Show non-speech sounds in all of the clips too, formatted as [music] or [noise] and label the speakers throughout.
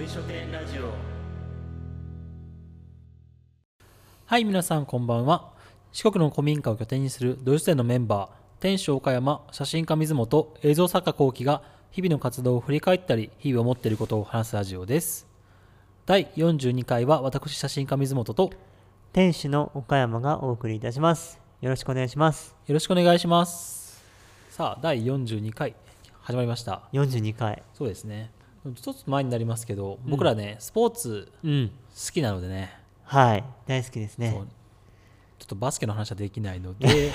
Speaker 1: り書店ラジオ
Speaker 2: はい、皆さんこんばんは。四国の古民家を拠点にする土井書店のメンバー、店主岡山、写真家水本、映像作家幸喜が日々の活動を振り返ったり、日々思っていることを話すラジオです。第42回は私写真家水本と
Speaker 3: 店主の岡山がお送りいたしますよろしくお願いします
Speaker 2: よろしくお願いします。さあ、第42回始まりました。
Speaker 3: 42回
Speaker 2: そうですね。ちょっと前になりますけど、僕らね、スポーツ
Speaker 3: うん
Speaker 2: 好きなのでね、
Speaker 3: はい大好きですね
Speaker 2: そうちょっとバスケの話はできないので、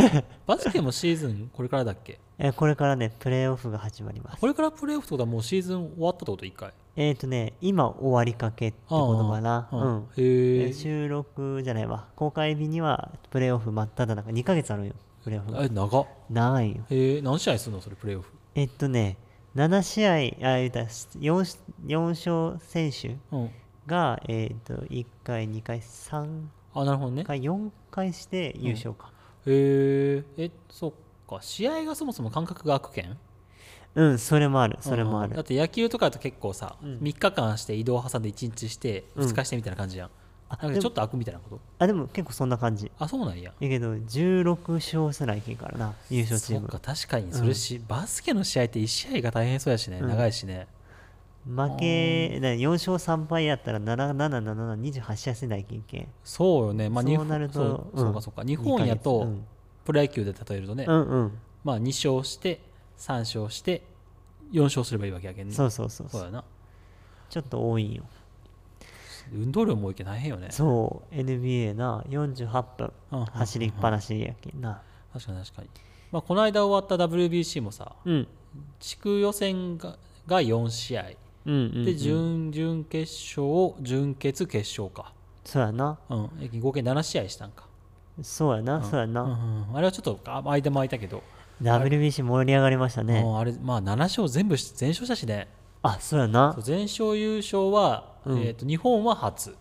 Speaker 2: バスケもシーズンこれからだっけ
Speaker 3: えこれからねプレーオフが始まります
Speaker 2: これからプレーオフってことはもうシーズン終わったってこと一回って
Speaker 3: えっ、とね今終わりかけってことかなうん
Speaker 2: へ
Speaker 3: え
Speaker 2: え
Speaker 3: ー収録じゃないわ公開日にはプレーオフ真っ只中2ヶ月あるよプレーオフが
Speaker 2: え長っ
Speaker 3: 長いよ
Speaker 2: へえ何試合するのそれプレーオフ
Speaker 3: えっとね7試合あ言うたら 4, 4勝選手
Speaker 2: うん
Speaker 3: が、えっと1回2回3
Speaker 2: あなるほどね
Speaker 3: 回4回して優勝か、
Speaker 2: へええそっか試合がそもそも間隔が空くけん
Speaker 3: うん、それもある、それもあ
Speaker 2: うんだっ
Speaker 3: る。
Speaker 2: て野球とかだと結構さ、
Speaker 3: うん
Speaker 2: 3日間して移動挟んで1日して
Speaker 3: うん
Speaker 2: 2日してみたいな感じやん、
Speaker 3: あ
Speaker 2: なん
Speaker 3: で
Speaker 2: か
Speaker 3: も
Speaker 2: ちょっと空くみたいなこと
Speaker 3: あ、でも結構そんな感じ。
Speaker 2: あそうなんや
Speaker 3: いいけど、16勝せないけんからな、優勝チ
Speaker 2: そ
Speaker 3: ー
Speaker 2: っ
Speaker 3: ム
Speaker 2: か。確かにそれし、バスケの試合って1試合が大変そうやしね、
Speaker 3: うん
Speaker 2: 長いしね
Speaker 3: 負け、だ4勝3敗やったら、7、7、7、28試合せないけんけん。
Speaker 2: そうよねまあ日
Speaker 3: そう
Speaker 2: 本
Speaker 3: なると
Speaker 2: そう
Speaker 3: うん
Speaker 2: そうかそうか日本や
Speaker 3: 二
Speaker 2: と、
Speaker 3: ヶ月うん
Speaker 2: プロ野球で例えるとね、
Speaker 3: うんうん。
Speaker 2: まあ、2勝して3勝して4勝すればいいわけやけんね
Speaker 3: そうそうそう
Speaker 2: そ
Speaker 3: そうう。
Speaker 2: やな
Speaker 3: ちょっと多いんよ。
Speaker 2: 運動量も多いけん大変よね
Speaker 3: そう、NBA な、48分
Speaker 2: うんうん、
Speaker 3: 走りっぱなしやけんな。
Speaker 2: 確かに確かに、まあ、この間終わった WBC もさ
Speaker 3: うん。
Speaker 2: 地区予選がが4試合
Speaker 3: うんうん、うん。
Speaker 2: で準々決勝準決決勝か、
Speaker 3: そうやな。
Speaker 2: うん、え合計7試合したんか、
Speaker 3: そうやな、そうや
Speaker 2: うん
Speaker 3: な。
Speaker 2: うんうんあれはちょっとあ間も空いたけど、
Speaker 3: WBC 盛り上がりましたね。
Speaker 2: もうあれまあ7勝全部し全勝したしね
Speaker 3: あ、そうやな
Speaker 2: そう。全勝優勝は、
Speaker 3: うん
Speaker 2: えー、と日本は初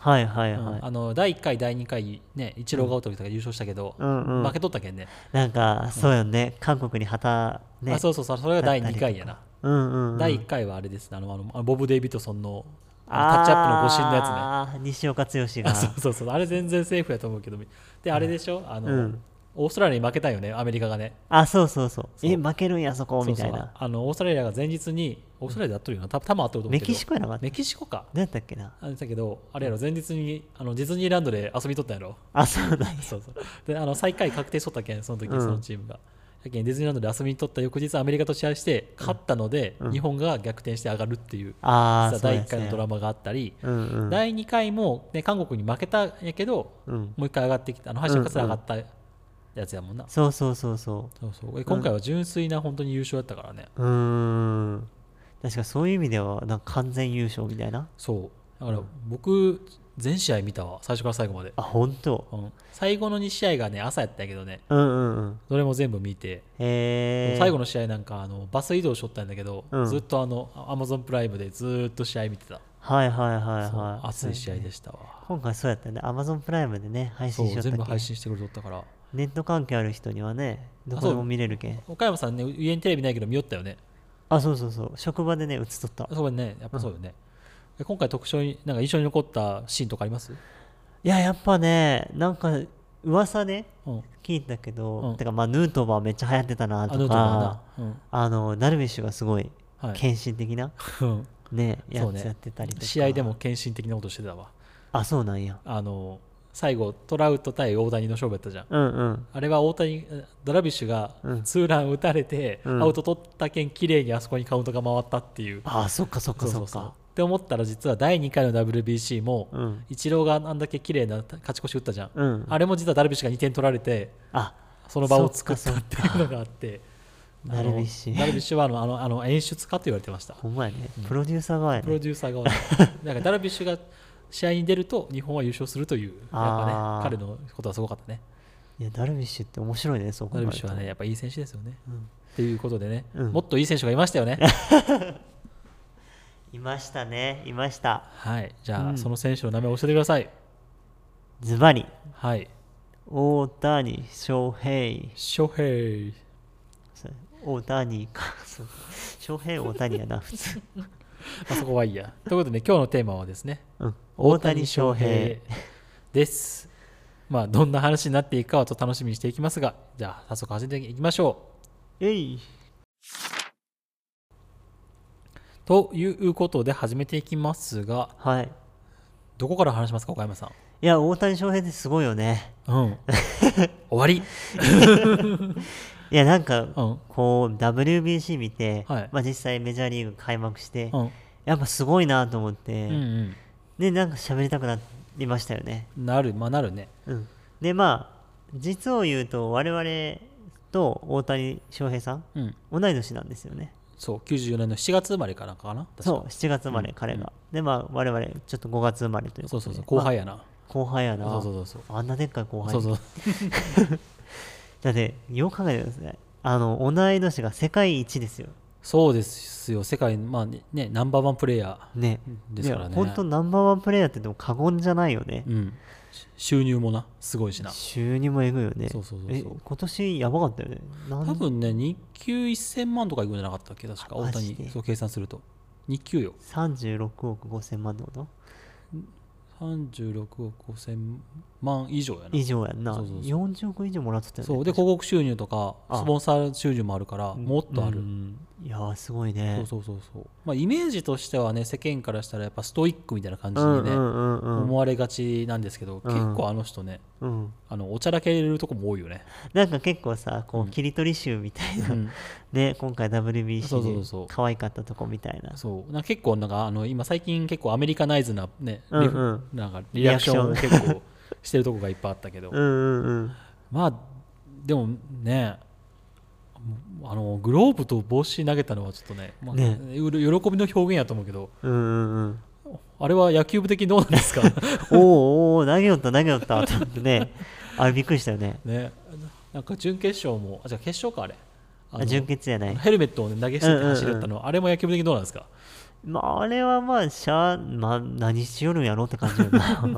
Speaker 3: はいはいはい。
Speaker 2: うんあの第1回第2回ねイチローがおった時とか優勝したけど、
Speaker 3: うんうん
Speaker 2: 負けとったけんね
Speaker 3: なんか、そうよね。韓国に旗、ね。
Speaker 2: あそうそうそうそれが第2回や
Speaker 3: だっ
Speaker 2: な、
Speaker 3: うんうんうん。
Speaker 2: 第1回はあれですねあのあのあのボブ・デイビッドソンのあのタッチアップの誤審のやつね
Speaker 3: つね。西岡剛が。
Speaker 2: あ [laughs] そうそうそうあれ全然セーフやと思うけどであれでしょあの、
Speaker 3: うん
Speaker 2: オーストラリアに負けたよねアメリカがね
Speaker 3: あ、そうそうそう。
Speaker 2: そう
Speaker 3: え、負けるんや、そこ、みたい
Speaker 2: そうそう
Speaker 3: な。
Speaker 2: あのオーストラリアが前日にオーストラリアで合っとるよなた多分合っとると思う
Speaker 3: メ
Speaker 2: けど
Speaker 3: キシコやなかった。
Speaker 2: メキシコか
Speaker 3: 何やったっけな。
Speaker 2: あれだけどあれやろ前日にあのディズニーランドで遊びとったやろ
Speaker 3: あ、そうだ。
Speaker 2: そうそうであの最下位確定しとったけんその時
Speaker 3: うん
Speaker 2: そのチームが、やけんディズニーランドで遊びにとった翌日アメリカと試合して勝ったので、
Speaker 3: うん
Speaker 2: 日本が逆転して上がるっていう、
Speaker 3: ああ、
Speaker 2: 実は
Speaker 3: そう
Speaker 2: 第
Speaker 3: や
Speaker 2: 1回のドラマがあったり、
Speaker 3: そうやうんうん。
Speaker 2: 第2回も、ね、韓国に負けたんやけど、
Speaker 3: うん
Speaker 2: もう1回上がってきたあの敗者復活で上がったやつやもんな、
Speaker 3: そうそうそうそ
Speaker 2: そうそうえ今回は純粋な本当に優勝だったからね、
Speaker 3: う。うーん。確かそういう意味では、なんか完全優勝みたいな。
Speaker 2: そうだから僕全試合見たわ最初から最後まで、
Speaker 3: あ、本当。
Speaker 2: うん最後の2試合がね朝やったんやけどね
Speaker 3: うんうんうん。
Speaker 2: どれも全部見て
Speaker 3: へえ。
Speaker 2: 最後の試合なんかあのバス移動しとったんだけど、
Speaker 3: うん
Speaker 2: ずっとあのアマゾンプライムでずーっと試合見てた、
Speaker 3: はいはいはい
Speaker 2: そう
Speaker 3: はい。
Speaker 2: 熱い試合でしたわ
Speaker 3: 今回そうやったね。Amazon プライムでね、配
Speaker 2: そ
Speaker 3: 信しよ
Speaker 2: う
Speaker 3: ったっ
Speaker 2: 全
Speaker 3: け
Speaker 2: 部配信してくれとったから
Speaker 3: ネット関係ある人にはね、どこでも見れるけん。
Speaker 2: 岡山さんね家にテレビないけど見よったよね
Speaker 3: あ、そうそうそう。職場でね、映っとった。
Speaker 2: そうねやっぱそうよね、え今回特徴になんか印象に残ったシーンとかあります
Speaker 3: いや、やっぱね、なんか、噂で
Speaker 2: うん
Speaker 3: 聞いたけど、
Speaker 2: うん
Speaker 3: てか、まあ、ヌートバーめっちゃ流行ってたな
Speaker 2: あ
Speaker 3: と
Speaker 2: のと
Speaker 3: か
Speaker 2: か、な、うん
Speaker 3: あの、ダルビッシュがすごい、
Speaker 2: はい
Speaker 3: 献身的な、
Speaker 2: うん
Speaker 3: ね、や
Speaker 2: そう
Speaker 3: つやってたりとか。
Speaker 2: 試合でも。献身的なことしてたわ
Speaker 3: あ、そうなんや。
Speaker 2: あの最後トラウト対大谷の勝負やったじゃん
Speaker 3: うんうん。
Speaker 2: あれは大谷えダラビッシュが
Speaker 3: うん
Speaker 2: ツーラン打たれて、
Speaker 3: うん
Speaker 2: アウト取ったけん綺麗にあそこにカウントが回ったっていう、
Speaker 3: あ、そっかそっかそっか。
Speaker 2: って思ったら実は第2回の WBC も、
Speaker 3: うん
Speaker 2: イチローがあんだけ綺麗な勝ち越し打ったじゃん、
Speaker 3: うん
Speaker 2: あれも実はダルビッシュが2点取られて
Speaker 3: あ、
Speaker 2: その場を作った
Speaker 3: そっ
Speaker 2: っ
Speaker 3: か
Speaker 2: ていうのがあってあの
Speaker 3: ダルビッシュ
Speaker 2: ダルビッシュはあのあのあの演出家と言われてました
Speaker 3: ほんまやね。プロデューサー側や
Speaker 2: プロ
Speaker 3: ね。
Speaker 2: デューサ
Speaker 3: [laughs]
Speaker 2: ー側なんかダルビッシュが試合に出ると日本は優勝するというやっ
Speaker 3: あー
Speaker 2: ぱ、ね、彼のことはすごかったね
Speaker 3: いや、ダルビッシュって面白いね、そこ
Speaker 2: ダルビッシュはね、やっぱいい選手ですよね。と、
Speaker 3: ん
Speaker 2: いうことでね、
Speaker 3: うん
Speaker 2: もっといい選手がいました
Speaker 3: [laughs]
Speaker 2: よね。
Speaker 3: いましたね、いました。
Speaker 2: はい、じゃあ、
Speaker 3: うん
Speaker 2: その選手の名前を教えてください。
Speaker 3: ズバリ。
Speaker 2: はい、
Speaker 3: 大谷翔平
Speaker 2: 翔平。 [laughs]
Speaker 3: そう大谷かそう翔平大谷やな普通
Speaker 2: あそこはいい
Speaker 3: [laughs]
Speaker 2: や。ということで、ね、今日のテーマはですね、
Speaker 3: うん、大谷翔平。
Speaker 2: です。まあ、どんな話になっていくかはちょっと楽しみにしていきますが、じゃあ、早速始めていきましょ。
Speaker 3: えいう
Speaker 2: ということで、始めていきますが、
Speaker 3: はい。
Speaker 2: どこから話しますか、岡山さん。
Speaker 3: いや、大谷翔平ってすごいよね。 [laughs]
Speaker 2: うん。終わり。
Speaker 3: いや、なんか、
Speaker 2: うん。
Speaker 3: こう、WBC 見て、
Speaker 2: はい
Speaker 3: まあ実際メジャーリーグ開幕して、
Speaker 2: うん。
Speaker 3: やっぱすごいなと思って、
Speaker 2: うん
Speaker 3: で、なんか喋りたくなりましたよね。
Speaker 2: うん。なる、まあなるね。
Speaker 3: うん。で、まあ、実を言うと、我々と大谷翔平さん、
Speaker 2: うん。
Speaker 3: 同い年なんですよね。
Speaker 2: そう、94年の7月生まれかなんかかな。確か
Speaker 3: そう、7月生まれ、彼が。で、まあ、我々、ちょっと5月生まれということで。
Speaker 2: そうそうそう、後輩やな。
Speaker 3: 後輩やな。
Speaker 2: そうそうそうそう
Speaker 3: あんなでっかい後輩。
Speaker 2: そうそう。
Speaker 3: だって、よく考えてください。あの、同い年が世界一ですよ。
Speaker 2: そうですよ、世界、まあね、ねナンバーワンプレイヤ
Speaker 3: ね。
Speaker 2: ですからね
Speaker 3: いや本当ナンバーワンプレイヤーって言っても過言じゃないよね
Speaker 2: ー。。うん。し収入もな、すごいしな。
Speaker 3: 収入もえぐいよね。
Speaker 2: そうそうそうそう
Speaker 3: え今年やばかったよね。なん
Speaker 2: 多分ね、日給1000万とかいくんじゃなかったっけ、確か、
Speaker 3: あマ
Speaker 2: 大
Speaker 3: ジで
Speaker 2: 谷、そう計算すると。日給よ。
Speaker 3: 36億5千万ってこと
Speaker 2: 36億5000万以上や
Speaker 3: 以
Speaker 2: な。
Speaker 3: 上やんな。
Speaker 2: そうそうそう
Speaker 3: 40億以上もらってたよね。
Speaker 2: そうで、広告収入とか、
Speaker 3: あ
Speaker 2: スポンサー収入もあるから、もっとある
Speaker 3: う。んいやー、すごいね。
Speaker 2: そうそうそうそう。まあ、イメージとしてはね、世間からしたら、やっぱストイックみたいな感じ
Speaker 3: うん
Speaker 2: に
Speaker 3: う
Speaker 2: ね、
Speaker 3: んうんうん
Speaker 2: 思われがちなんですけど、
Speaker 3: うん
Speaker 2: 結構あの人ね、
Speaker 3: うん、
Speaker 2: あのおちゃらけるとこも多いよね。
Speaker 3: なんか結構さこう切り取り集みたいな、
Speaker 2: うん
Speaker 3: [laughs] ね今回
Speaker 2: そうそうそ
Speaker 3: WBC
Speaker 2: う
Speaker 3: で可愛かったとこみたいな
Speaker 2: そうなんか結構なんかあの今最近結構アメリカナイズなね、
Speaker 3: うん
Speaker 2: リフ
Speaker 3: うん
Speaker 2: なんかリアクションを結構してるとこがいっぱいあったけど、
Speaker 3: うんうんうん
Speaker 2: まあでもねあのグローブと帽子投げたのはちょっとね,、まあ、
Speaker 3: ね
Speaker 2: うる喜びの表現やと思うけど
Speaker 3: うんうんうん
Speaker 2: あれは野球部的にどうなん [laughs] ですか
Speaker 3: おーおー投げよった投げよったと思って
Speaker 2: [laughs]
Speaker 3: ねあれびっくりしたよね
Speaker 2: ねなんか準決勝もあじゃあ決勝かあれ
Speaker 3: あ
Speaker 2: あの
Speaker 3: 純潔じゃない
Speaker 2: ヘルメットを、ね、投げ捨てて走るったの、あれも野球部的にどうなんですか
Speaker 3: まああれはまあしゃあまあ何しよるんやろって感じよ
Speaker 2: [laughs]
Speaker 3: な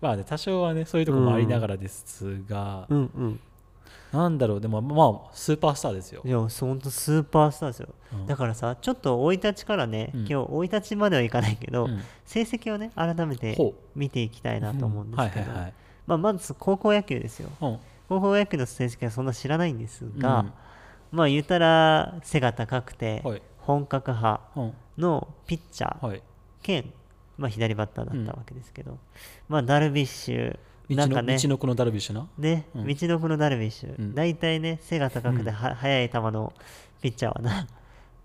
Speaker 2: まあね多少はねそういうところもありながらですが、
Speaker 3: うんうん
Speaker 2: なんだろうでもまあスーパースターですよ
Speaker 3: いやそうほんとスーパースターですよ、
Speaker 2: うん
Speaker 3: だからさちょっと生い立ちからね、
Speaker 2: うん
Speaker 3: 今日生い立ちまではいかないけど、
Speaker 2: うん
Speaker 3: 成績をね改めて
Speaker 2: ほ
Speaker 3: 見ていきたいなと思うんですけど、
Speaker 2: うんはいはいはい
Speaker 3: まあ、まず高校野球ですよ
Speaker 2: うん
Speaker 3: 高校野球の成績はそんな知らないんですが、
Speaker 2: うん
Speaker 3: まあ言ったら背が高くて
Speaker 2: はい
Speaker 3: 本格派
Speaker 2: うん
Speaker 3: のピッチャー
Speaker 2: はい
Speaker 3: 兼、まあ、左バッターだったわけですけど、まあダルビッシュ
Speaker 2: 道
Speaker 3: なんか
Speaker 2: の
Speaker 3: ね
Speaker 2: 道のくのダルビッシュな
Speaker 3: ね、
Speaker 2: うん
Speaker 3: 道のくのダルビッシュ、
Speaker 2: うん
Speaker 3: 大体ね背が高くては速い球のピッチャーはな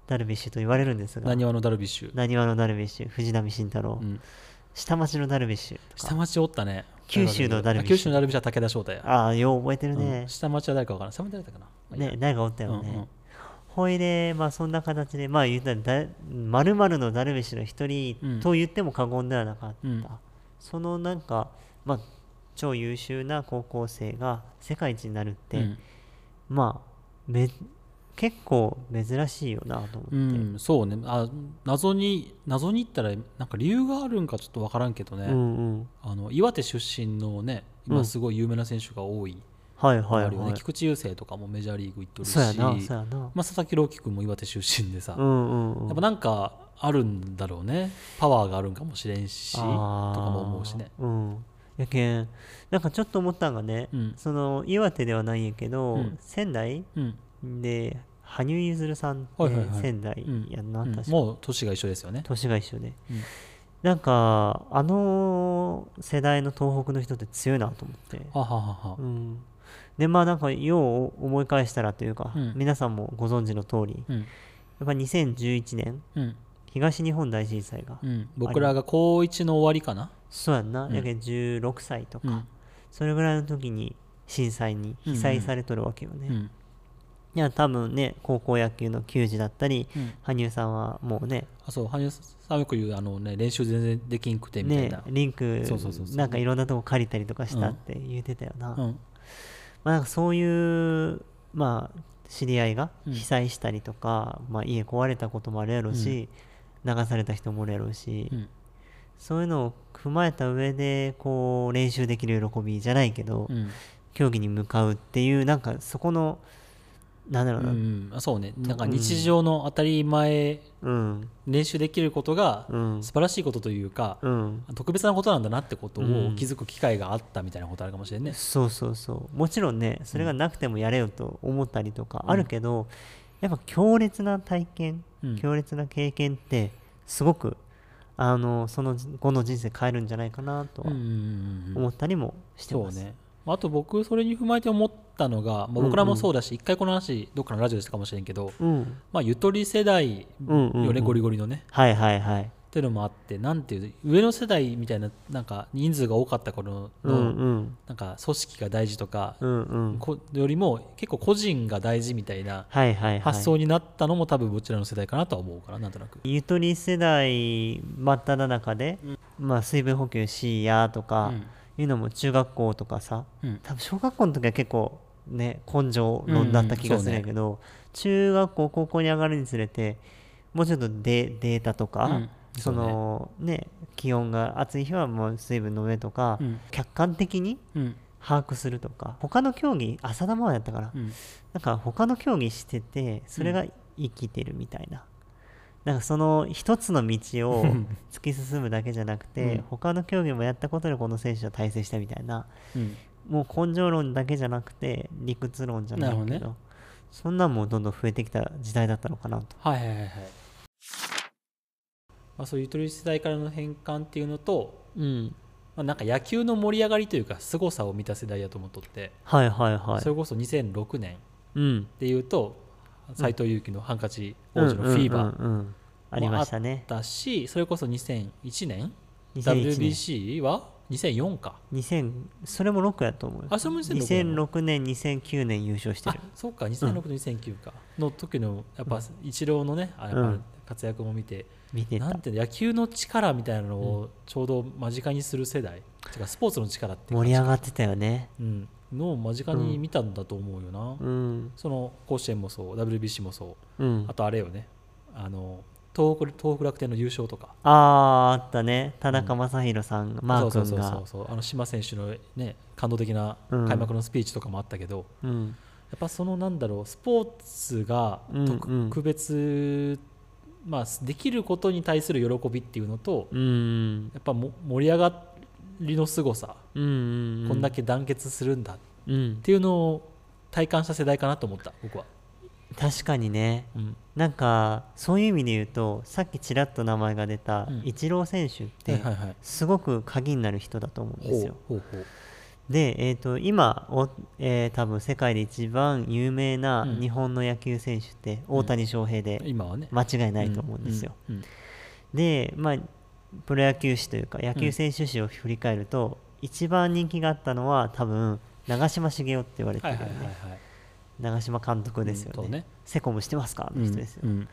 Speaker 3: ダルビッシュと言われるんですが
Speaker 2: なにわのダルビッシュ、
Speaker 3: なにわのダルビッシュ藤浪晋太郎、
Speaker 2: うん、
Speaker 3: 下町のダルビッシュとか
Speaker 2: 下町おったね
Speaker 3: 九州のダルビッシュ
Speaker 2: あ九州のダルビッシュは武田翔太や、
Speaker 3: ああよう覚えてる
Speaker 2: う
Speaker 3: ね
Speaker 2: ん、下町は誰かわからない下町誰だったかな
Speaker 3: ね誰がおったよね、
Speaker 2: うんうん
Speaker 3: ほいでまあそんな形でまあ言ったらまるのダルビッシュの一人と言っても過言ではなかった、
Speaker 2: うん
Speaker 3: そのなんかまあ超優秀な高校生が世界一になるって、
Speaker 2: うん
Speaker 3: まあめ結構珍しいよなと思って、
Speaker 2: うん、そうねあ謎に謎に言ったらなんか理由があるんかちょっと分からんけどね、
Speaker 3: うんうん
Speaker 2: あの岩手出身のね
Speaker 3: う
Speaker 2: 今
Speaker 3: ん
Speaker 2: すごい有名な選手が多い、
Speaker 3: はいはい
Speaker 2: あ
Speaker 3: はい、
Speaker 2: るよね、菊池雄星とかもメジャーリーグ行ってるし
Speaker 3: そうやなそうやな、
Speaker 2: まあ、佐々木朗希君も岩手出身でさ、
Speaker 3: うんうんう
Speaker 2: やっ
Speaker 3: ん
Speaker 2: ぱなんかあるんだろうねパワーがあるんかもしれんしとか
Speaker 3: あー
Speaker 2: も思うしね
Speaker 3: うんやけんなんかちょっと思ったんがね、
Speaker 2: うん
Speaker 3: その岩手ではないんやけど、
Speaker 2: うん
Speaker 3: 仙台
Speaker 2: うん、
Speaker 3: で羽生結弦さんっ
Speaker 2: はいはい
Speaker 3: て
Speaker 2: はい
Speaker 3: 仙台
Speaker 2: うん
Speaker 3: やんな、
Speaker 2: うん
Speaker 3: 確か
Speaker 2: もう年が一緒ですよね
Speaker 3: 年が一緒で、
Speaker 2: うん
Speaker 3: なんかあの世代の東北の人って強いなと思って、
Speaker 2: はははは
Speaker 3: うん、でまあなんかよう思い返したらというか、
Speaker 2: うん
Speaker 3: 皆さんもご存知の通り
Speaker 2: うん
Speaker 3: やっぱ2011年
Speaker 2: うん
Speaker 3: 東日本大震災が、
Speaker 2: うん僕らが高1の終わりかな、
Speaker 3: そうやんな、
Speaker 2: うん
Speaker 3: やけん16歳とか、
Speaker 2: うん
Speaker 3: それぐらいの時に震災に被災されとるわけよね、
Speaker 2: うん
Speaker 3: いや多分ね高校野球の球児だったり、
Speaker 2: うん
Speaker 3: 羽生さんはもうね
Speaker 2: あそう羽生さんよく言うあの、ね、練習全然できんくてみたい
Speaker 3: ね
Speaker 2: な、
Speaker 3: リンク
Speaker 2: そうそうそうそう
Speaker 3: なんかいろんなとこ借りたりとかしたって言ってたよな,、
Speaker 2: う
Speaker 3: ま
Speaker 2: ん
Speaker 3: あ、なんかそういうまあ知り合いが
Speaker 2: うん
Speaker 3: 被災したりとか、まあ、家壊れたこともあるやろうし、流された人もおるやろうし、
Speaker 2: うん
Speaker 3: そういうのを踏まえた上でこう練習できる喜びじゃないけど、
Speaker 2: うん
Speaker 3: 競技に向かうっていうなんかそこのなんだろう
Speaker 2: うん
Speaker 3: な、
Speaker 2: うんあそうねなんか日常の当たり前、
Speaker 3: うん、
Speaker 2: 練習できることが
Speaker 3: うん
Speaker 2: 素晴らしいことというか、
Speaker 3: うん、
Speaker 2: 特別なことなんだなってことを
Speaker 3: うん
Speaker 2: 気づく機会があったみたいなことあるかもしれないね。
Speaker 3: そうそうそうもちろんねそれがなくてもやれよと思ったりとかあるけど、やっぱ強烈な体験、
Speaker 2: うん
Speaker 3: 強烈な経験ってすごくあのその後の人生変えるんじゃないかなとは
Speaker 2: うんうんうんうん
Speaker 3: 思ったりもして
Speaker 2: そ
Speaker 3: ま
Speaker 2: う
Speaker 3: す、
Speaker 2: ね。あと僕それに踏まえて思ったのが、まあ、僕らもそうだし一、回この話どっかのラジオでしたかもしれんけど、
Speaker 3: うん
Speaker 2: まあ、ゆとり世代
Speaker 3: うんうんうん
Speaker 2: よねゴリゴリのね
Speaker 3: はいはいはい
Speaker 2: っていうのもあってなんていう上の世代みたいななんか人数が多かった頃
Speaker 3: う
Speaker 2: の、
Speaker 3: んうん
Speaker 2: なんか組織が大事とか、
Speaker 3: うんうん
Speaker 2: こよりも結構個人が大事みたいな
Speaker 3: はいはいはい
Speaker 2: 発想になったのも多分うちらの世代かなとは思うからなんとなく。
Speaker 3: ゆとり世代真っ只中で、まあ、水分補給しやとかいうのも中学校とかさ
Speaker 2: うん
Speaker 3: 多分小学校の時は結構ね根性論だった気がするんやけど、中学校高校に上がるにつれてもうちょっとデデータとか、
Speaker 2: うん
Speaker 3: そのね気温が暑い日はもう水分飲めとか、
Speaker 2: うん
Speaker 3: 客観的に
Speaker 2: うん
Speaker 3: 把握するとか他の競技浅田真央やったから、
Speaker 2: うん
Speaker 3: なんか他の競技しててそれが生きてるみたいな、なんかその一つの道を突き進むだけじゃなくて、
Speaker 2: うん
Speaker 3: 他の競技もやったことでこの選手は対戦したみたいな
Speaker 2: うん
Speaker 3: もう根性論だけじゃなくて理屈論じゃないけど
Speaker 2: なるほど
Speaker 3: そんなんもどんどん増えてきた時代だったのかなと
Speaker 2: はいはいはいはい、まあ、そういうゆとり世代からの変換っていうのと、
Speaker 3: うん
Speaker 2: まあ、なんか野球の盛り上がりというか凄さを見た世代やと思っとって、
Speaker 3: はいはいはい
Speaker 2: それこそ2006年
Speaker 3: うん
Speaker 2: でいうと斎藤佑樹のハンカチ王子のフィーバ
Speaker 3: うんうんうんうんありましたね
Speaker 2: ーだしそれこそ2001年
Speaker 3: 2001年
Speaker 2: WBC は2004か
Speaker 3: 2000それも6やと思うよ
Speaker 2: あそれも2006なの
Speaker 3: 2006年2009年優勝して
Speaker 2: あ
Speaker 3: る
Speaker 2: そうか2006と2009かの時のやっぱイチローのねあやっ
Speaker 3: う
Speaker 2: ぱ
Speaker 3: ん
Speaker 2: 活躍も見て、
Speaker 3: 見て
Speaker 2: な
Speaker 3: た
Speaker 2: んていうの野球の力みたいなのをちょうど間近にする世代、てかスポーツの力っていうか
Speaker 3: 盛り上がってたよね
Speaker 2: うん、のを間近に見たんだと思うよな、
Speaker 3: うん
Speaker 2: その甲子園もそう WBC もそう
Speaker 3: うん
Speaker 2: あとあれよねあの東北東北楽天の優勝とか
Speaker 3: あああったね田中将大さんが、マー
Speaker 2: そうそ
Speaker 3: 君
Speaker 2: うそうそ
Speaker 3: が
Speaker 2: うそうあの島選手の、ね、感動的な開幕のスピーチとかもあったけど、
Speaker 3: うん
Speaker 2: やっぱそのなんだろうスポーツが
Speaker 3: うんうん
Speaker 2: 特別、まあ、できることに対する喜びっていうのと
Speaker 3: うん
Speaker 2: やっぱも盛り上がりの凄さ、
Speaker 3: うん
Speaker 2: こんだけ団結するんだっ
Speaker 3: うん
Speaker 2: ていうのを体感した世代かなと思った僕は。
Speaker 3: 確かにね
Speaker 2: うん
Speaker 3: なんかそういう意味で言うとさっきちらっと名前が出た
Speaker 2: うん
Speaker 3: イチロー選手っ
Speaker 2: はい
Speaker 3: て
Speaker 2: はいはい
Speaker 3: すごく鍵になる人だと思うんですよ。
Speaker 2: ほうほう
Speaker 3: で、えー、と今お、えー多分世界で一番有名な
Speaker 2: うん
Speaker 3: 日本の野球選手って大谷翔平
Speaker 2: ほう
Speaker 3: で
Speaker 2: 今はね。
Speaker 3: 間違いないと思うんですよ。
Speaker 2: うん。うん
Speaker 3: で、まあ、プロ野球史というか野球選手史を振り返ると、一番人気があったのは多分長嶋茂雄って言われて
Speaker 2: は
Speaker 3: る
Speaker 2: い
Speaker 3: よ
Speaker 2: はい
Speaker 3: ね、
Speaker 2: はいはい。
Speaker 3: 長嶋監督ですよ
Speaker 2: うん
Speaker 3: ね,、
Speaker 2: そうね
Speaker 3: セコムしてますかの人ですよ、
Speaker 2: うんうん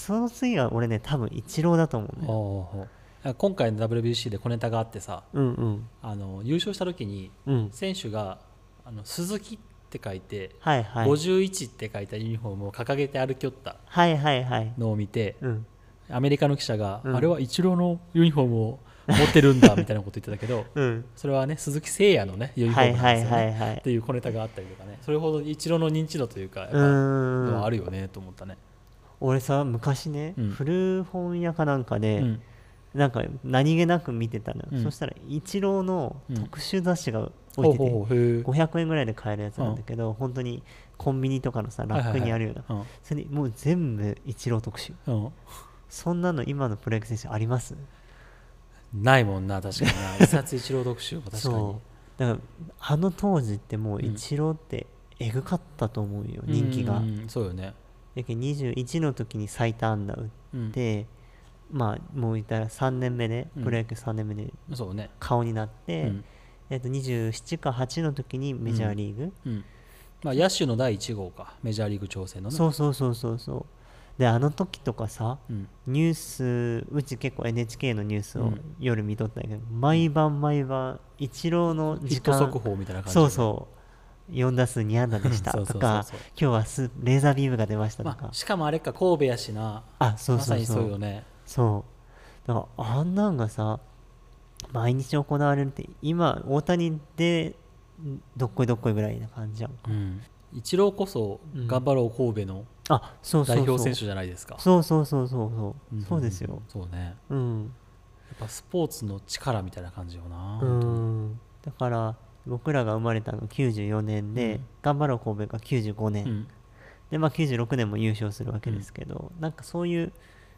Speaker 3: その次は俺ね多分イチローだと思うね
Speaker 2: ほうほうあ今回の WBC で小ネタがあってさ
Speaker 3: うんうん
Speaker 2: あの優勝した時に
Speaker 3: うん
Speaker 2: 選手があの鈴木って書いて、
Speaker 3: はいはい
Speaker 2: 51って書いたユニフォームを掲げて歩きよった
Speaker 3: はいはいはい
Speaker 2: のを見て
Speaker 3: うん
Speaker 2: アメリカの記者が、
Speaker 3: うん
Speaker 2: あれはイチローのユニフォームを持ってるんだみたいなこと言ってたけど
Speaker 3: [laughs] うん
Speaker 2: それはね鈴木誠也のねユニフ
Speaker 3: は
Speaker 2: ォー
Speaker 3: い
Speaker 2: ムな
Speaker 3: は
Speaker 2: んで
Speaker 3: い
Speaker 2: すよ、ね
Speaker 3: はいはい
Speaker 2: っていう小ネタがあったりとかねそれほどイチローの認知度というかやっ
Speaker 3: う
Speaker 2: ぱのはあ
Speaker 3: ーん
Speaker 2: るよねと思ったね。
Speaker 3: 俺さ昔ね、
Speaker 2: うん
Speaker 3: 古本屋かなんか
Speaker 2: う
Speaker 3: で、
Speaker 2: ん
Speaker 3: なんか何気なく見てたのよ、
Speaker 2: うん
Speaker 3: そしたらイチローの特集雑誌が置
Speaker 2: ほ
Speaker 3: いうてて、
Speaker 2: ほうほうへー
Speaker 3: 500円ぐらいで買えるやつなんだけど、本当にコンビニとかのさラックにあるような、
Speaker 2: はいはいはい
Speaker 3: それにもう全部イチロー特集
Speaker 2: うん
Speaker 3: そんなの今のプロ野球選手あります
Speaker 2: ないもんな確かに
Speaker 3: [laughs]
Speaker 2: な一冊一郎特集も確かに
Speaker 3: うだからあの当時ってもう
Speaker 2: うん
Speaker 3: イチローってえぐかったと思うよ、人気が
Speaker 2: うんそうよね
Speaker 3: だけど21の時に最多安打打っ
Speaker 2: うん
Speaker 3: て、まあもう言ったら3年目で
Speaker 2: うん
Speaker 3: プロ野球3年目で
Speaker 2: そうね
Speaker 3: 顔になっ
Speaker 2: う
Speaker 3: て、
Speaker 2: ん
Speaker 3: えっと27か8の時にメジャーリーグ、
Speaker 2: うんまあ野手の第1号かメジャーリーグ挑戦のね
Speaker 3: そうそうそうそうそうであの時とかさ
Speaker 2: うん
Speaker 3: ニュースうち結構 NHK のニュース
Speaker 2: う
Speaker 3: を
Speaker 2: ん
Speaker 3: 夜見とったんやけど、毎晩毎晩イチローの
Speaker 2: ヒッ
Speaker 3: 時
Speaker 2: ト
Speaker 3: 間
Speaker 2: 速報みたいな感じ
Speaker 3: そうそう4打数2安打でした
Speaker 2: そう
Speaker 3: と
Speaker 2: そうそうそう
Speaker 3: か今日はスレーザービームが出ましたとか、
Speaker 2: まあしかもあれか神戸やしな
Speaker 3: あそう
Speaker 2: ま
Speaker 3: そ
Speaker 2: さ
Speaker 3: う
Speaker 2: に
Speaker 3: そう,、
Speaker 2: そうよね
Speaker 3: そうだからあんなんがさ毎日行われるって今大谷でんどっこいどっこいぐらいな感じやん
Speaker 2: うんイチローこそ
Speaker 3: うん
Speaker 2: 頑張ろう神戸の
Speaker 3: あそうそうそ
Speaker 2: 代
Speaker 3: う
Speaker 2: 表選手じゃないですか
Speaker 3: そうそうそうそうそ
Speaker 2: ん
Speaker 3: うそうですよ
Speaker 2: そうねやっ
Speaker 3: うん
Speaker 2: ぱスポーツの力みたいな感じよな、
Speaker 3: うんだから僕らが生まれたの94年で、頑張ろう神戸が95年、
Speaker 2: うん
Speaker 3: でまあ、96年も優勝するわけですけど、なんかそういう、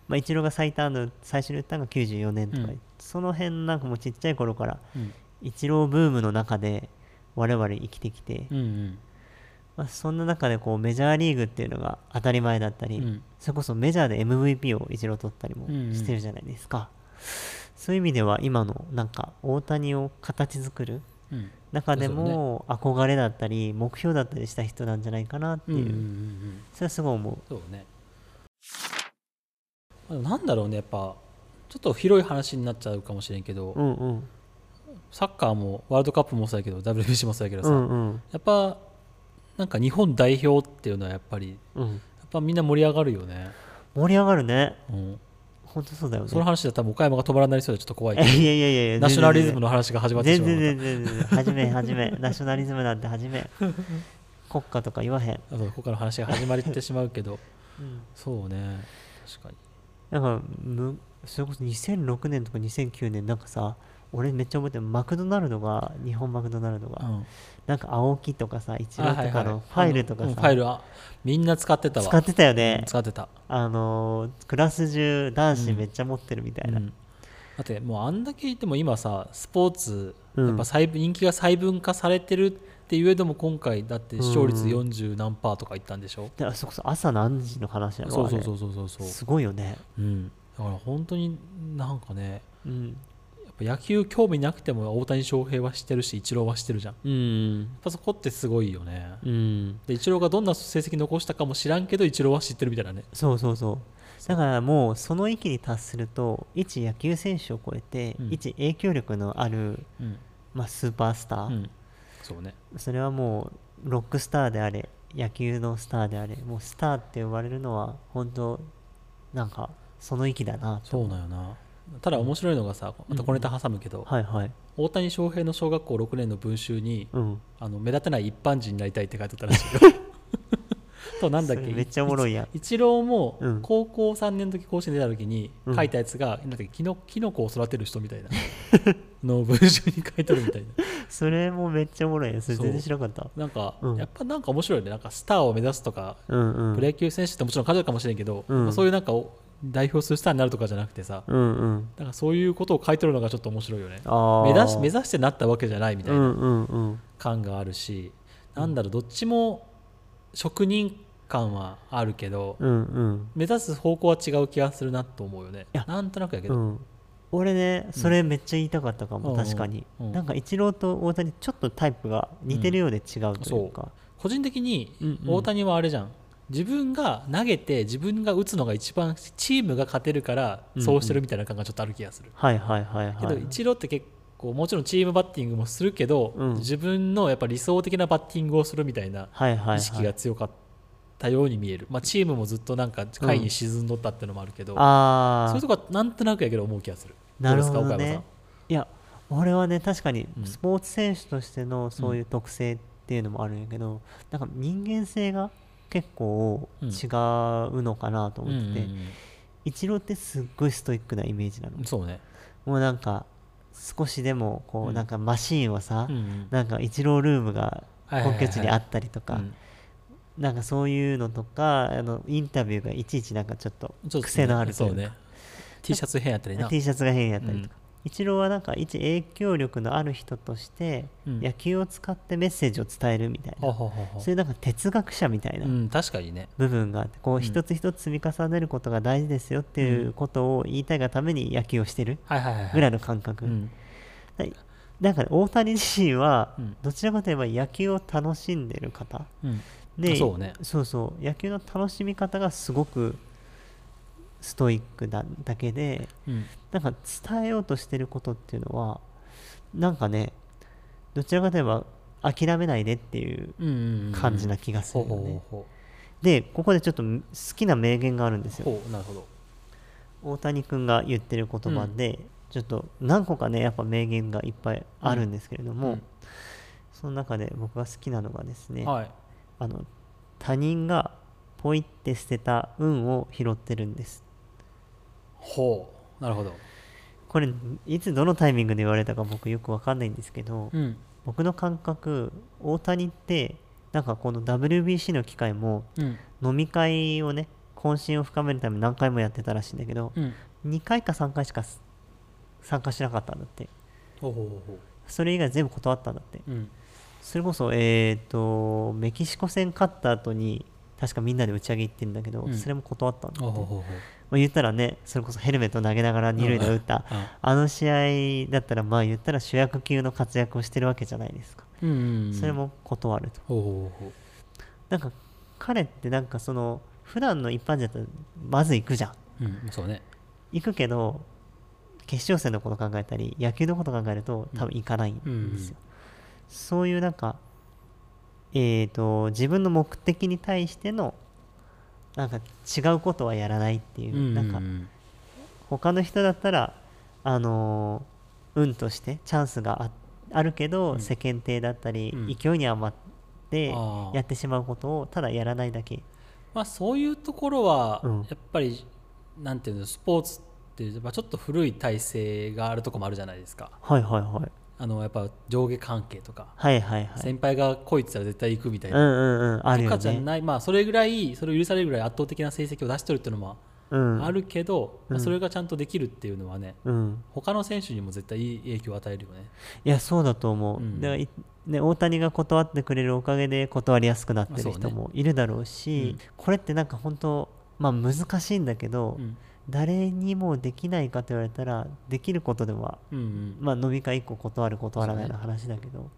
Speaker 3: まあ、イチローが最多の最初に打ったのが94年とか、
Speaker 2: うん
Speaker 3: その辺なんかもうちっちゃい頃から
Speaker 2: うん
Speaker 3: イチローブームの中で我々生きてきて、
Speaker 2: うんうん
Speaker 3: まあ、そんな中でこうメジャーリーグっていうのが当たり前だったり、
Speaker 2: うん
Speaker 3: それこそメジャーで MVP をイチロー取ったりも
Speaker 2: うんうん
Speaker 3: してるじゃないですか、そういう意味では今のなんか大谷を形作る
Speaker 2: うん
Speaker 3: 中で
Speaker 2: そうだよ
Speaker 3: も憧れだったり目標だったりした人なんじゃないかなって
Speaker 2: うん
Speaker 3: いうう、
Speaker 2: んうんうん
Speaker 3: それはすごい思う
Speaker 2: そうねまあでもなんだろうねやっぱちょっと広い話になっちゃうかもしれんけど、
Speaker 3: うんうん
Speaker 2: サッカーもワールドカップもそうやけど WBC もそうやけど
Speaker 3: う
Speaker 2: さ、
Speaker 3: んうん
Speaker 2: やっぱなんか日本代表っていうのはやっぱりや
Speaker 3: うん
Speaker 2: っぱみんな盛り上がるよね、
Speaker 3: 盛り上がるね
Speaker 2: うん、
Speaker 3: 本当そうだよね
Speaker 2: その話だったらもう岡山が止まらなりそうでちょっと怖い
Speaker 3: [laughs] い
Speaker 2: け
Speaker 3: や
Speaker 2: ど
Speaker 3: いやいやいや
Speaker 2: [laughs] ナショナリズム
Speaker 3: の
Speaker 2: の話が始まってし
Speaker 3: 全
Speaker 2: まう
Speaker 3: 然全然全然始め始め [laughs] ナショナリズムなんて始め国家とか言わへん、
Speaker 2: あそうここからの話が始まってしまうけど
Speaker 3: うん、
Speaker 2: そうね確かに
Speaker 3: なんかむそれこそ2006年とか2009年なんかさ俺めっちゃ覚えてるマクドナルドが日本マクドナルドが、
Speaker 2: うん
Speaker 3: なんか青木とかさイチロ
Speaker 2: あ
Speaker 3: ーとか
Speaker 2: はいはい
Speaker 3: のファイルとか
Speaker 2: うん
Speaker 3: さ
Speaker 2: ファイルあみんな使ってたわ
Speaker 3: 使ってたよね
Speaker 2: 使ってた
Speaker 3: あのークラス中男子めっちゃ持ってるみたいな、
Speaker 2: うんだってもうあんだけ言っても今さスポーツ
Speaker 3: うん
Speaker 2: やっぱ細分人気が細分化されてるっていうえども今回だって視聴率
Speaker 3: うん
Speaker 2: 40何パーとかいったんでしょ、
Speaker 3: であそこそ朝何時の話やろ
Speaker 2: そうそうそううそうそうそう
Speaker 3: すごいよね
Speaker 2: うんだから本当になんかね
Speaker 3: うん
Speaker 2: やっぱ野球興味なくても大谷翔平は知ってるしイチローは知ってるじゃんや
Speaker 3: うん
Speaker 2: っぱそこってすごいよね
Speaker 3: うん
Speaker 2: でイチローがどんな成績残したかも知らんけどイチローは知ってるみたいなね
Speaker 3: そうそうそうだからもうその域に達すると一野球選手を超えて、
Speaker 2: うん
Speaker 3: 一影響力のある、
Speaker 2: うん、
Speaker 3: まあ、スーパースタ
Speaker 2: う
Speaker 3: ー、
Speaker 2: ん、そうね
Speaker 3: それはもうロックスターであれ野球のスターであれもうスターって呼ばれるのは本当なんかその域だなと
Speaker 2: そうなんよなただ面白いのがさまた小ネタ挟むけど、
Speaker 3: はいはい
Speaker 2: 大谷翔平の小学校6年の文集に、
Speaker 3: うん
Speaker 2: あの目立たない一般人になりたいって書いてあったらし
Speaker 3: [laughs]
Speaker 2: いよとなんだっ
Speaker 3: そ
Speaker 2: け
Speaker 3: れめっちゃおもろい
Speaker 2: [laughs]
Speaker 3: やん
Speaker 2: イチローも
Speaker 3: うん
Speaker 2: 高校3年の時甲子園出た時に
Speaker 3: うん
Speaker 2: 書いたやつが、なんだっけキノキノコを育てる人みた
Speaker 3: [laughs]
Speaker 2: いなのを文章に書いてあるみたいな
Speaker 3: それもめっちゃおもろいねそれ
Speaker 2: そう
Speaker 3: 全然知らなかった
Speaker 2: なんか、
Speaker 3: うん
Speaker 2: やっぱなんか面白いよねなんかスターを目指すとか、
Speaker 3: うんうん
Speaker 2: プロ野球選手ってもちろん彼女かもしれんけど、
Speaker 3: うん
Speaker 2: まあそういうなんかを代表するスターになるとかじゃなくてさ、
Speaker 3: うんうん
Speaker 2: なんかそういうことを書いてるのがちょっと面白いよね
Speaker 3: ああ
Speaker 2: 目指し目指してなったわけじゃないみた
Speaker 3: う
Speaker 2: いなん
Speaker 3: うんうん
Speaker 2: 感があるし、なんだろうどっちも職人感はあるけど、
Speaker 3: うんうん
Speaker 2: 目指す方向は違う気がするなと思うよね
Speaker 3: いや
Speaker 2: なんとなくやけ
Speaker 3: う
Speaker 2: ど、
Speaker 3: ん俺ねそれめっちゃ言いたかったかも、
Speaker 2: うん
Speaker 3: 確かに、
Speaker 2: うん
Speaker 3: なんかイチローと大谷ちょっとタイプが似てるようで違うというか、
Speaker 2: 個人的に
Speaker 3: うんうん
Speaker 2: 大谷はあれじゃん、自分が投げて自分が打つのが一番チームが勝てるから
Speaker 3: うんうん
Speaker 2: そうしてるみたいな感がちょっとある気がする、
Speaker 3: はいはいはいはい
Speaker 2: けどイチローって結構もちろんチームバッティングもするけど、
Speaker 3: うん
Speaker 2: 自分のやっぱ理想的なバッティングをするみたいな
Speaker 3: はいはいはい
Speaker 2: 意識が強かったように見える、まあ、チームもずっとなんか下位に沈んどったってのもあるけど、
Speaker 3: あ
Speaker 2: そういう
Speaker 3: あ
Speaker 2: とこはなんとなくやけど思う気がする。
Speaker 3: なるほ
Speaker 2: う
Speaker 3: ど
Speaker 2: です
Speaker 3: ねいや俺はね確かに
Speaker 2: うん
Speaker 3: スポーツ選手としてのそういう特性っていうのもあるんやけど、なんか人間性が結構違うのかなと
Speaker 2: 岡
Speaker 3: 思って
Speaker 2: 山さん
Speaker 3: て、イチローってすっごいストイックなイメージなの
Speaker 2: うんそうね、
Speaker 3: もうなんか少しでもこ
Speaker 2: う
Speaker 3: うんなんかマシーンはさ、
Speaker 2: うんうん
Speaker 3: なんかイチロールームが
Speaker 2: はいはいはい
Speaker 3: 本拠地にあったりとか、
Speaker 2: うん
Speaker 3: なんかそういうのとかあのインタビューがいちいちなんかちょっと
Speaker 2: ちょっとね
Speaker 3: 癖のあるとい
Speaker 2: そう
Speaker 3: うか
Speaker 2: ね T シャツ変やったりな
Speaker 3: T シャツが変やったりとか、
Speaker 2: う
Speaker 3: イチローはなんか一影響力のある人として
Speaker 2: うん
Speaker 3: 野球を使ってメッセージを伝えるみたいな、
Speaker 2: ほうほうほうほう
Speaker 3: そういうなんか哲学者みたいな
Speaker 2: うん確かにね
Speaker 3: 部分があってこ
Speaker 2: う
Speaker 3: うん一つ一つ積み重ねることが大事ですよっていうことを言いたいがために野球をしてる
Speaker 2: はいはいはいはい
Speaker 3: ぐらいの感覚、
Speaker 2: うん
Speaker 3: はいなんか大谷自身は
Speaker 2: うん
Speaker 3: どちらかといえば野球を楽しんでる方
Speaker 2: うん
Speaker 3: で
Speaker 2: そうね
Speaker 3: そうそう野球の楽しみ方がすごくストイックなだけで
Speaker 2: うん
Speaker 3: なんか伝えようとしてることっていうのはなんかねどちらかといえば諦めないでっていう
Speaker 2: うんうんうん
Speaker 3: 感じな気がす
Speaker 2: ほ
Speaker 3: る
Speaker 2: うほ
Speaker 3: よ
Speaker 2: うほう
Speaker 3: ね
Speaker 2: ほ
Speaker 3: でここでちょっと好きな名言があるんです
Speaker 2: う
Speaker 3: よ
Speaker 2: ほうなるほど
Speaker 3: 大谷君が言ってる言葉で、ちょっと何個かねやっぱ名言がいっぱいあるんですけれども、
Speaker 2: うん
Speaker 3: その中で僕が好きなのがですね、
Speaker 2: はい
Speaker 3: あの他人がポイって捨てた運を拾ってるんです
Speaker 2: ほうなるほど
Speaker 3: これいつどのタイミングで言われたか僕よくわかんないんですけど、
Speaker 2: うん
Speaker 3: 僕の感覚大谷ってなんかこの WBC の機会も
Speaker 2: うん
Speaker 3: 飲み会をね懇親を深めるために何回もやってたらしいんだけど、
Speaker 2: うん
Speaker 3: 2回か3回しかす参加しなかったんだって
Speaker 2: ほうほうほうほ
Speaker 3: それ以外全部断ったんだって
Speaker 2: ううん
Speaker 3: それこそえっ、とメキシコ戦勝った後に確かみんなで打ち上げ行ってんだけど、
Speaker 2: うん
Speaker 3: それも断ったんだ
Speaker 2: ほう
Speaker 3: っ
Speaker 2: ほ
Speaker 3: て、
Speaker 2: うほ
Speaker 3: ま
Speaker 2: うほ
Speaker 3: あ、言ったらねそれこそヘルメット投げながら二塁打打った、
Speaker 2: うん
Speaker 3: あの試合だったらまあ言ったら主役級の活躍をしてるわけじゃないですか、
Speaker 2: ううんうんうん
Speaker 3: それも断ると
Speaker 2: ほうほうほう
Speaker 3: なんか彼ってなんかその普段の一般人だったらまず行くじゃん
Speaker 2: ほううんそうね
Speaker 3: 行くけど決勝戦のこと考えたり野球のこと考えると多分行かないんですよ、
Speaker 2: うん
Speaker 3: そういうなんかえっ、と自分の目的に対してのなんか違うことはやらないっていう、
Speaker 2: うん
Speaker 3: なんか
Speaker 2: うん
Speaker 3: 他の人だったらあのー運としてチャンスがああるけど、世間体だったり、
Speaker 2: うん
Speaker 3: 勢いに余って
Speaker 2: あー
Speaker 3: やってしまうことをただやらないだけ
Speaker 2: まあそういうところは
Speaker 3: うん
Speaker 2: やっぱりなんていうのスポーツってやっぱちょっと古い体制があるとこもあるじゃないですか
Speaker 3: はいはいはい
Speaker 2: あのやっぱ上下関係とか
Speaker 3: はいはいはい
Speaker 2: 先輩が来いって言ったら絶対行くみたい
Speaker 3: うん
Speaker 2: な
Speaker 3: うんうんある
Speaker 2: と
Speaker 3: よ
Speaker 2: かじゃ
Speaker 3: ね
Speaker 2: ないまあそれぐらいそれを許されるぐらい圧倒的な成績を出してるっていうのも
Speaker 3: うん
Speaker 2: あるけど
Speaker 3: うん
Speaker 2: まあそれがちゃんとできるっていうのはね
Speaker 3: うん
Speaker 2: 他の選手にも絶対いい影響を与えるよね
Speaker 3: いやそうだと思う、
Speaker 2: うん
Speaker 3: だからいね、大谷が断ってくれるおかげで断りやすくなってる
Speaker 2: まあそうね
Speaker 3: 人もいるだろうしこれってなんか本当まあ難しいんだけど、
Speaker 2: うん
Speaker 3: 誰にもできないかと言われたらできることでは、
Speaker 2: うんうん
Speaker 3: まあ、飲み会1個断る断らないの話だけど、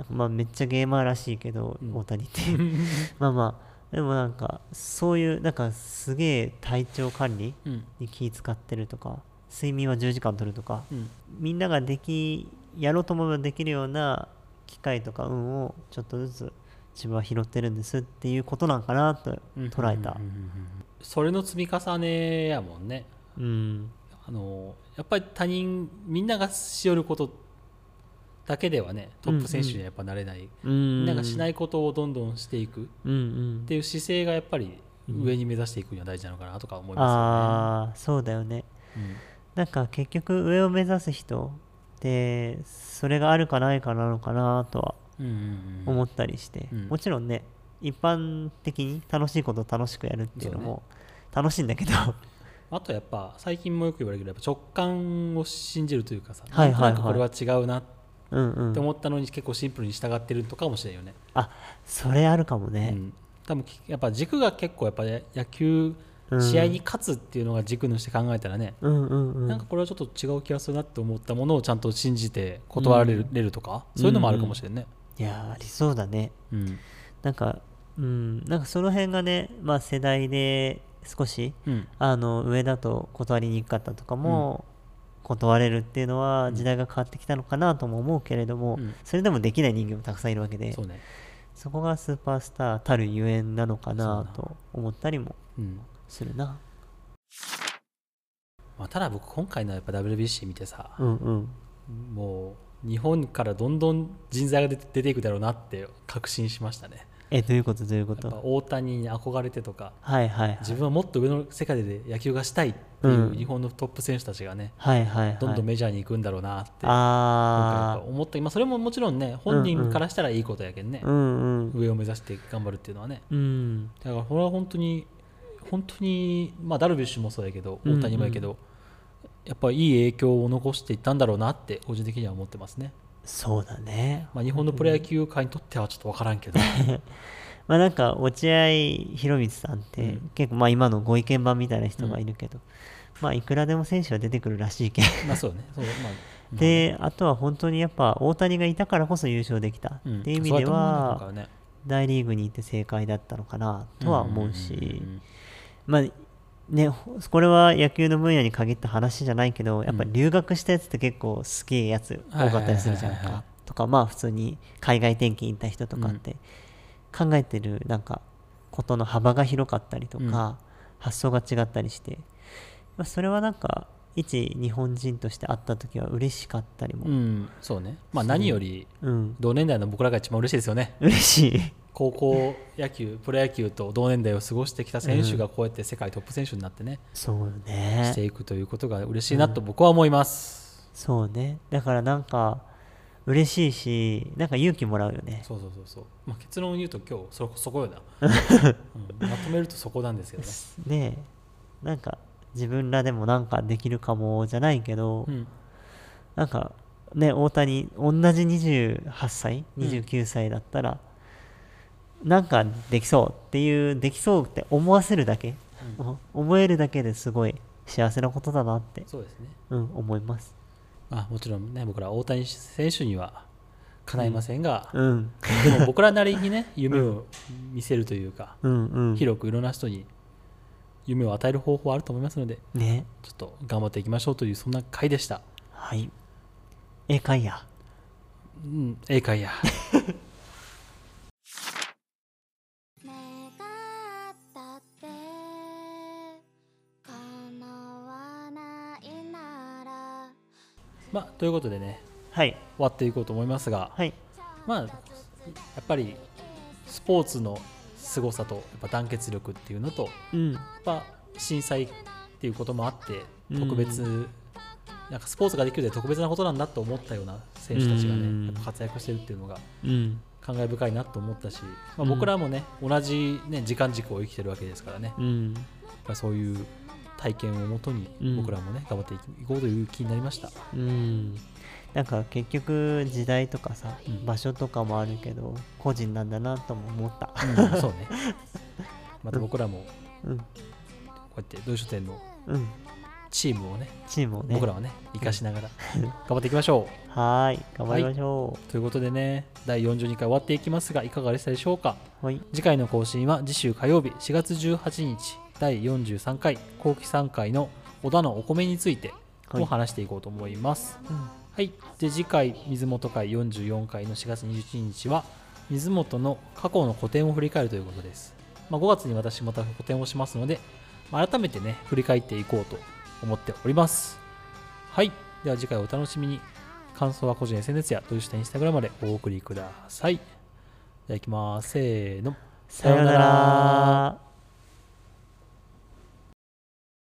Speaker 3: なんかまあめっちゃゲーマーらしいけど、
Speaker 2: うん
Speaker 3: 大谷って
Speaker 2: [laughs]
Speaker 3: まあまあでもなんかそういうなんかすげえ体調管理
Speaker 2: うん
Speaker 3: に気使ってるとか睡眠は10時間取るとか
Speaker 2: うん
Speaker 3: みんなができやろうと思えばできるような機会とか運をちょっとずつ自分は拾ってるんですっていうことなんかなと捉えた
Speaker 2: うんうんうんうんそれの積み重ねやもんね
Speaker 3: うん
Speaker 2: あのやっぱり他人みんながしよることだけではねトップ選手にはやっぱなれない、
Speaker 3: うん
Speaker 2: みんながしないいことをどんどんしていくっ
Speaker 3: うんうん
Speaker 2: ていう姿勢がやっぱり上に目指していくには大事なのかなとか思いま
Speaker 3: ああそうだよね
Speaker 2: すよね。
Speaker 3: なんか結局上を目指す人ってそれがあるかないかなのかなとは
Speaker 2: うんうんうんうん
Speaker 3: 思ったりして、
Speaker 2: うん
Speaker 3: もちろんね一般的に楽しいことを楽しくやるっていうのも楽しいんだけど
Speaker 2: あとやっぱ最近もよく言われるけどやっぱ直感を信じるというかさ、
Speaker 3: はいはいはい
Speaker 2: なんとなくこれは違うなっ
Speaker 3: うんうん
Speaker 2: て思ったのに結構シンプルに従ってるとかもしれんよね。
Speaker 3: あそれあるかも
Speaker 2: う
Speaker 3: ね、
Speaker 2: ん多分きやっぱ軸が結構やっぱね野球
Speaker 3: うん
Speaker 2: 試合に勝つっていうのが軸にして考えたらね、
Speaker 3: うんうんうん
Speaker 2: なんかこれはちょっと違う気がするなって思ったものをちゃんと信じて断られる,、とかそういうのもあるかもしれんね。
Speaker 3: いやーありそうだね
Speaker 2: うん
Speaker 3: なんかうんなんかその辺がねまあ世代で少し
Speaker 2: うん
Speaker 3: あの上だと断りにくかったとかも、断れるっていうのは時代が変わってきたのかなとも思うけれども、
Speaker 2: うん
Speaker 3: それでもできない人間もたくさんいるわけで
Speaker 2: そうね、
Speaker 3: そこがスーパースターたるゆえんなのかな
Speaker 2: そう
Speaker 3: と思ったりも
Speaker 2: うん
Speaker 3: するな
Speaker 2: まあ、ただ僕今回のやっぱ WBC 見てさ、
Speaker 3: うんうん
Speaker 2: もう日本からどんどん人材が出て出ていくだろうなって確信しましたね。
Speaker 3: えどういうことどういうこ
Speaker 2: やっぱ
Speaker 3: と
Speaker 2: 大谷に憧れてとか
Speaker 3: はいはいはい
Speaker 2: 自分はもっと上の世界で野球がしたいっていううん日本のトップ選手たちがね、
Speaker 3: はいはいはい
Speaker 2: どんどんメジャーに行くんだろうなって今回やっぱ
Speaker 3: あ
Speaker 2: 思った、まあ、それももちろんね本人からしたらいいことやけんね
Speaker 3: あ、うんうん
Speaker 2: 上を目指して頑張るっていうのはね
Speaker 3: うん
Speaker 2: だからこれは本当に本当にまあダルビッシュもそうやけど
Speaker 3: うんうん
Speaker 2: 大谷もやけど、やっぱいい影響を残していったんだろうなって個人的には思ってますね、
Speaker 3: そうだね
Speaker 2: まあ、日本のプロ野球界にとってはちょっと分から
Speaker 3: [laughs]
Speaker 2: んけど
Speaker 3: まあなんか落合博満さんって、
Speaker 2: うん
Speaker 3: 結構まあ今のご意見番みたいな人がいるけど、まあいくらでも選手は出てくるらしいけ
Speaker 2: まあそうねそう、まあ、
Speaker 3: どであとは本当にやっぱ大谷がいたからこそ優勝できた
Speaker 2: うん
Speaker 3: っていう意味で
Speaker 2: そうやと思
Speaker 3: は
Speaker 2: うね今回はね
Speaker 3: 大リーグに行って正解だったのかなとは思うし
Speaker 2: んんん
Speaker 3: まあねほこれは野球の分野に限った話じゃないけどやっぱ留学したやつって結構好きやつ多かったりするじゃん
Speaker 2: はいはいはいはいはい
Speaker 3: かとかまあ普通に海外転勤行った人とかって考えてるなんかことの幅が広かったりとか、
Speaker 2: うん
Speaker 3: 発想が違ったりして、まあ、それはなんか一日本人として会った時は嬉しかったりも、
Speaker 2: うんそうねまあ何より
Speaker 3: うん
Speaker 2: 同年代の僕らが一番嬉しいですよね
Speaker 3: 嬉しい
Speaker 2: 高校野球プロ野球と同年代を過ごしてきた選手がこうやって世界トップ選手になってね、
Speaker 3: そうよ
Speaker 2: し
Speaker 3: ね
Speaker 2: ていくということが嬉しいなと僕は思います、
Speaker 3: そうねだからなんか嬉しいしなんか勇気もらうよね
Speaker 2: そうそうそうそう、まあ、結論を言うと今日そそこよ
Speaker 3: [laughs]
Speaker 2: な、うんまとめるとそこなんですけどね、
Speaker 3: ねえなんか自分らでもなんかできるかもじゃないけど、
Speaker 2: うん、
Speaker 3: なんかね大谷同じ28歳
Speaker 2: うん
Speaker 3: 29歳だったら、なんかできそうっていうできそうって思わせるだけ、思えるだけですごい幸せなことだなって、
Speaker 2: そうですね
Speaker 3: うん、思います
Speaker 2: まあもちろんね僕ら大谷選手には叶いませんが、
Speaker 3: うん
Speaker 2: でも僕らなり
Speaker 3: [laughs]
Speaker 2: にね夢を見せるというか、
Speaker 3: うんうん
Speaker 2: 広くいろんな人に夢を与える方法はあると思いますので
Speaker 3: ね
Speaker 2: ちょっと頑張っていきましょうというそんな回でした、
Speaker 3: はいええかいや
Speaker 2: うん、ええ回や [laughs]
Speaker 1: 願ったって叶わないなら
Speaker 2: まあということでね
Speaker 3: はい
Speaker 2: 終わっていこうと思いますが
Speaker 3: はい
Speaker 2: まあやっぱりスポーツの凄さとやっぱ団結力っていうのと
Speaker 3: うん
Speaker 2: やっぱ震災っていうこともあって
Speaker 3: うん
Speaker 2: 特別、なんかスポーツができるって特別なことなんだと思ったような選手たちがね、
Speaker 3: うん
Speaker 2: やっぱ活躍してるっていうのが
Speaker 3: うん
Speaker 2: 感慨深いなと思ったし、ま
Speaker 3: う
Speaker 2: あ、
Speaker 3: ん
Speaker 2: 僕らもね、同じ、ね、時間軸を生きてるわけですからね
Speaker 3: うん
Speaker 2: やっぱりそういう体験をもとに
Speaker 3: うん
Speaker 2: 僕らもね頑張っていきいこうという気になりました、
Speaker 3: うんなんか結局時代とかさ、
Speaker 2: うん
Speaker 3: 場所とかもあるけど個人なんだなとも思った
Speaker 2: うん [laughs] そうねまた僕らも
Speaker 3: うん
Speaker 2: こうやって同書店の
Speaker 3: うん
Speaker 2: チームをね
Speaker 3: チームをね
Speaker 2: 僕らはね生かしながら頑張っていきましょ
Speaker 3: はーい頑張りましょ
Speaker 2: うということでね第42回終わっていきますがいかがでしたでしょうか
Speaker 3: うはい
Speaker 2: 次回の更新は次週火曜日4月18日第43回後期3回の小田のお米について
Speaker 3: はい
Speaker 2: を話していこうと思います
Speaker 3: うん
Speaker 2: はい、で次回水元会44回の4月21日は水元の過去の個展を振り返るということです、まあ、5月に私また個展をしますので、まあ改めてね振り返っていこうと思っておりますはいでは次回お楽しみに感想は個人 SNS や豊下インスタグラムまでお送りくださいではいきますせーの
Speaker 3: さようなら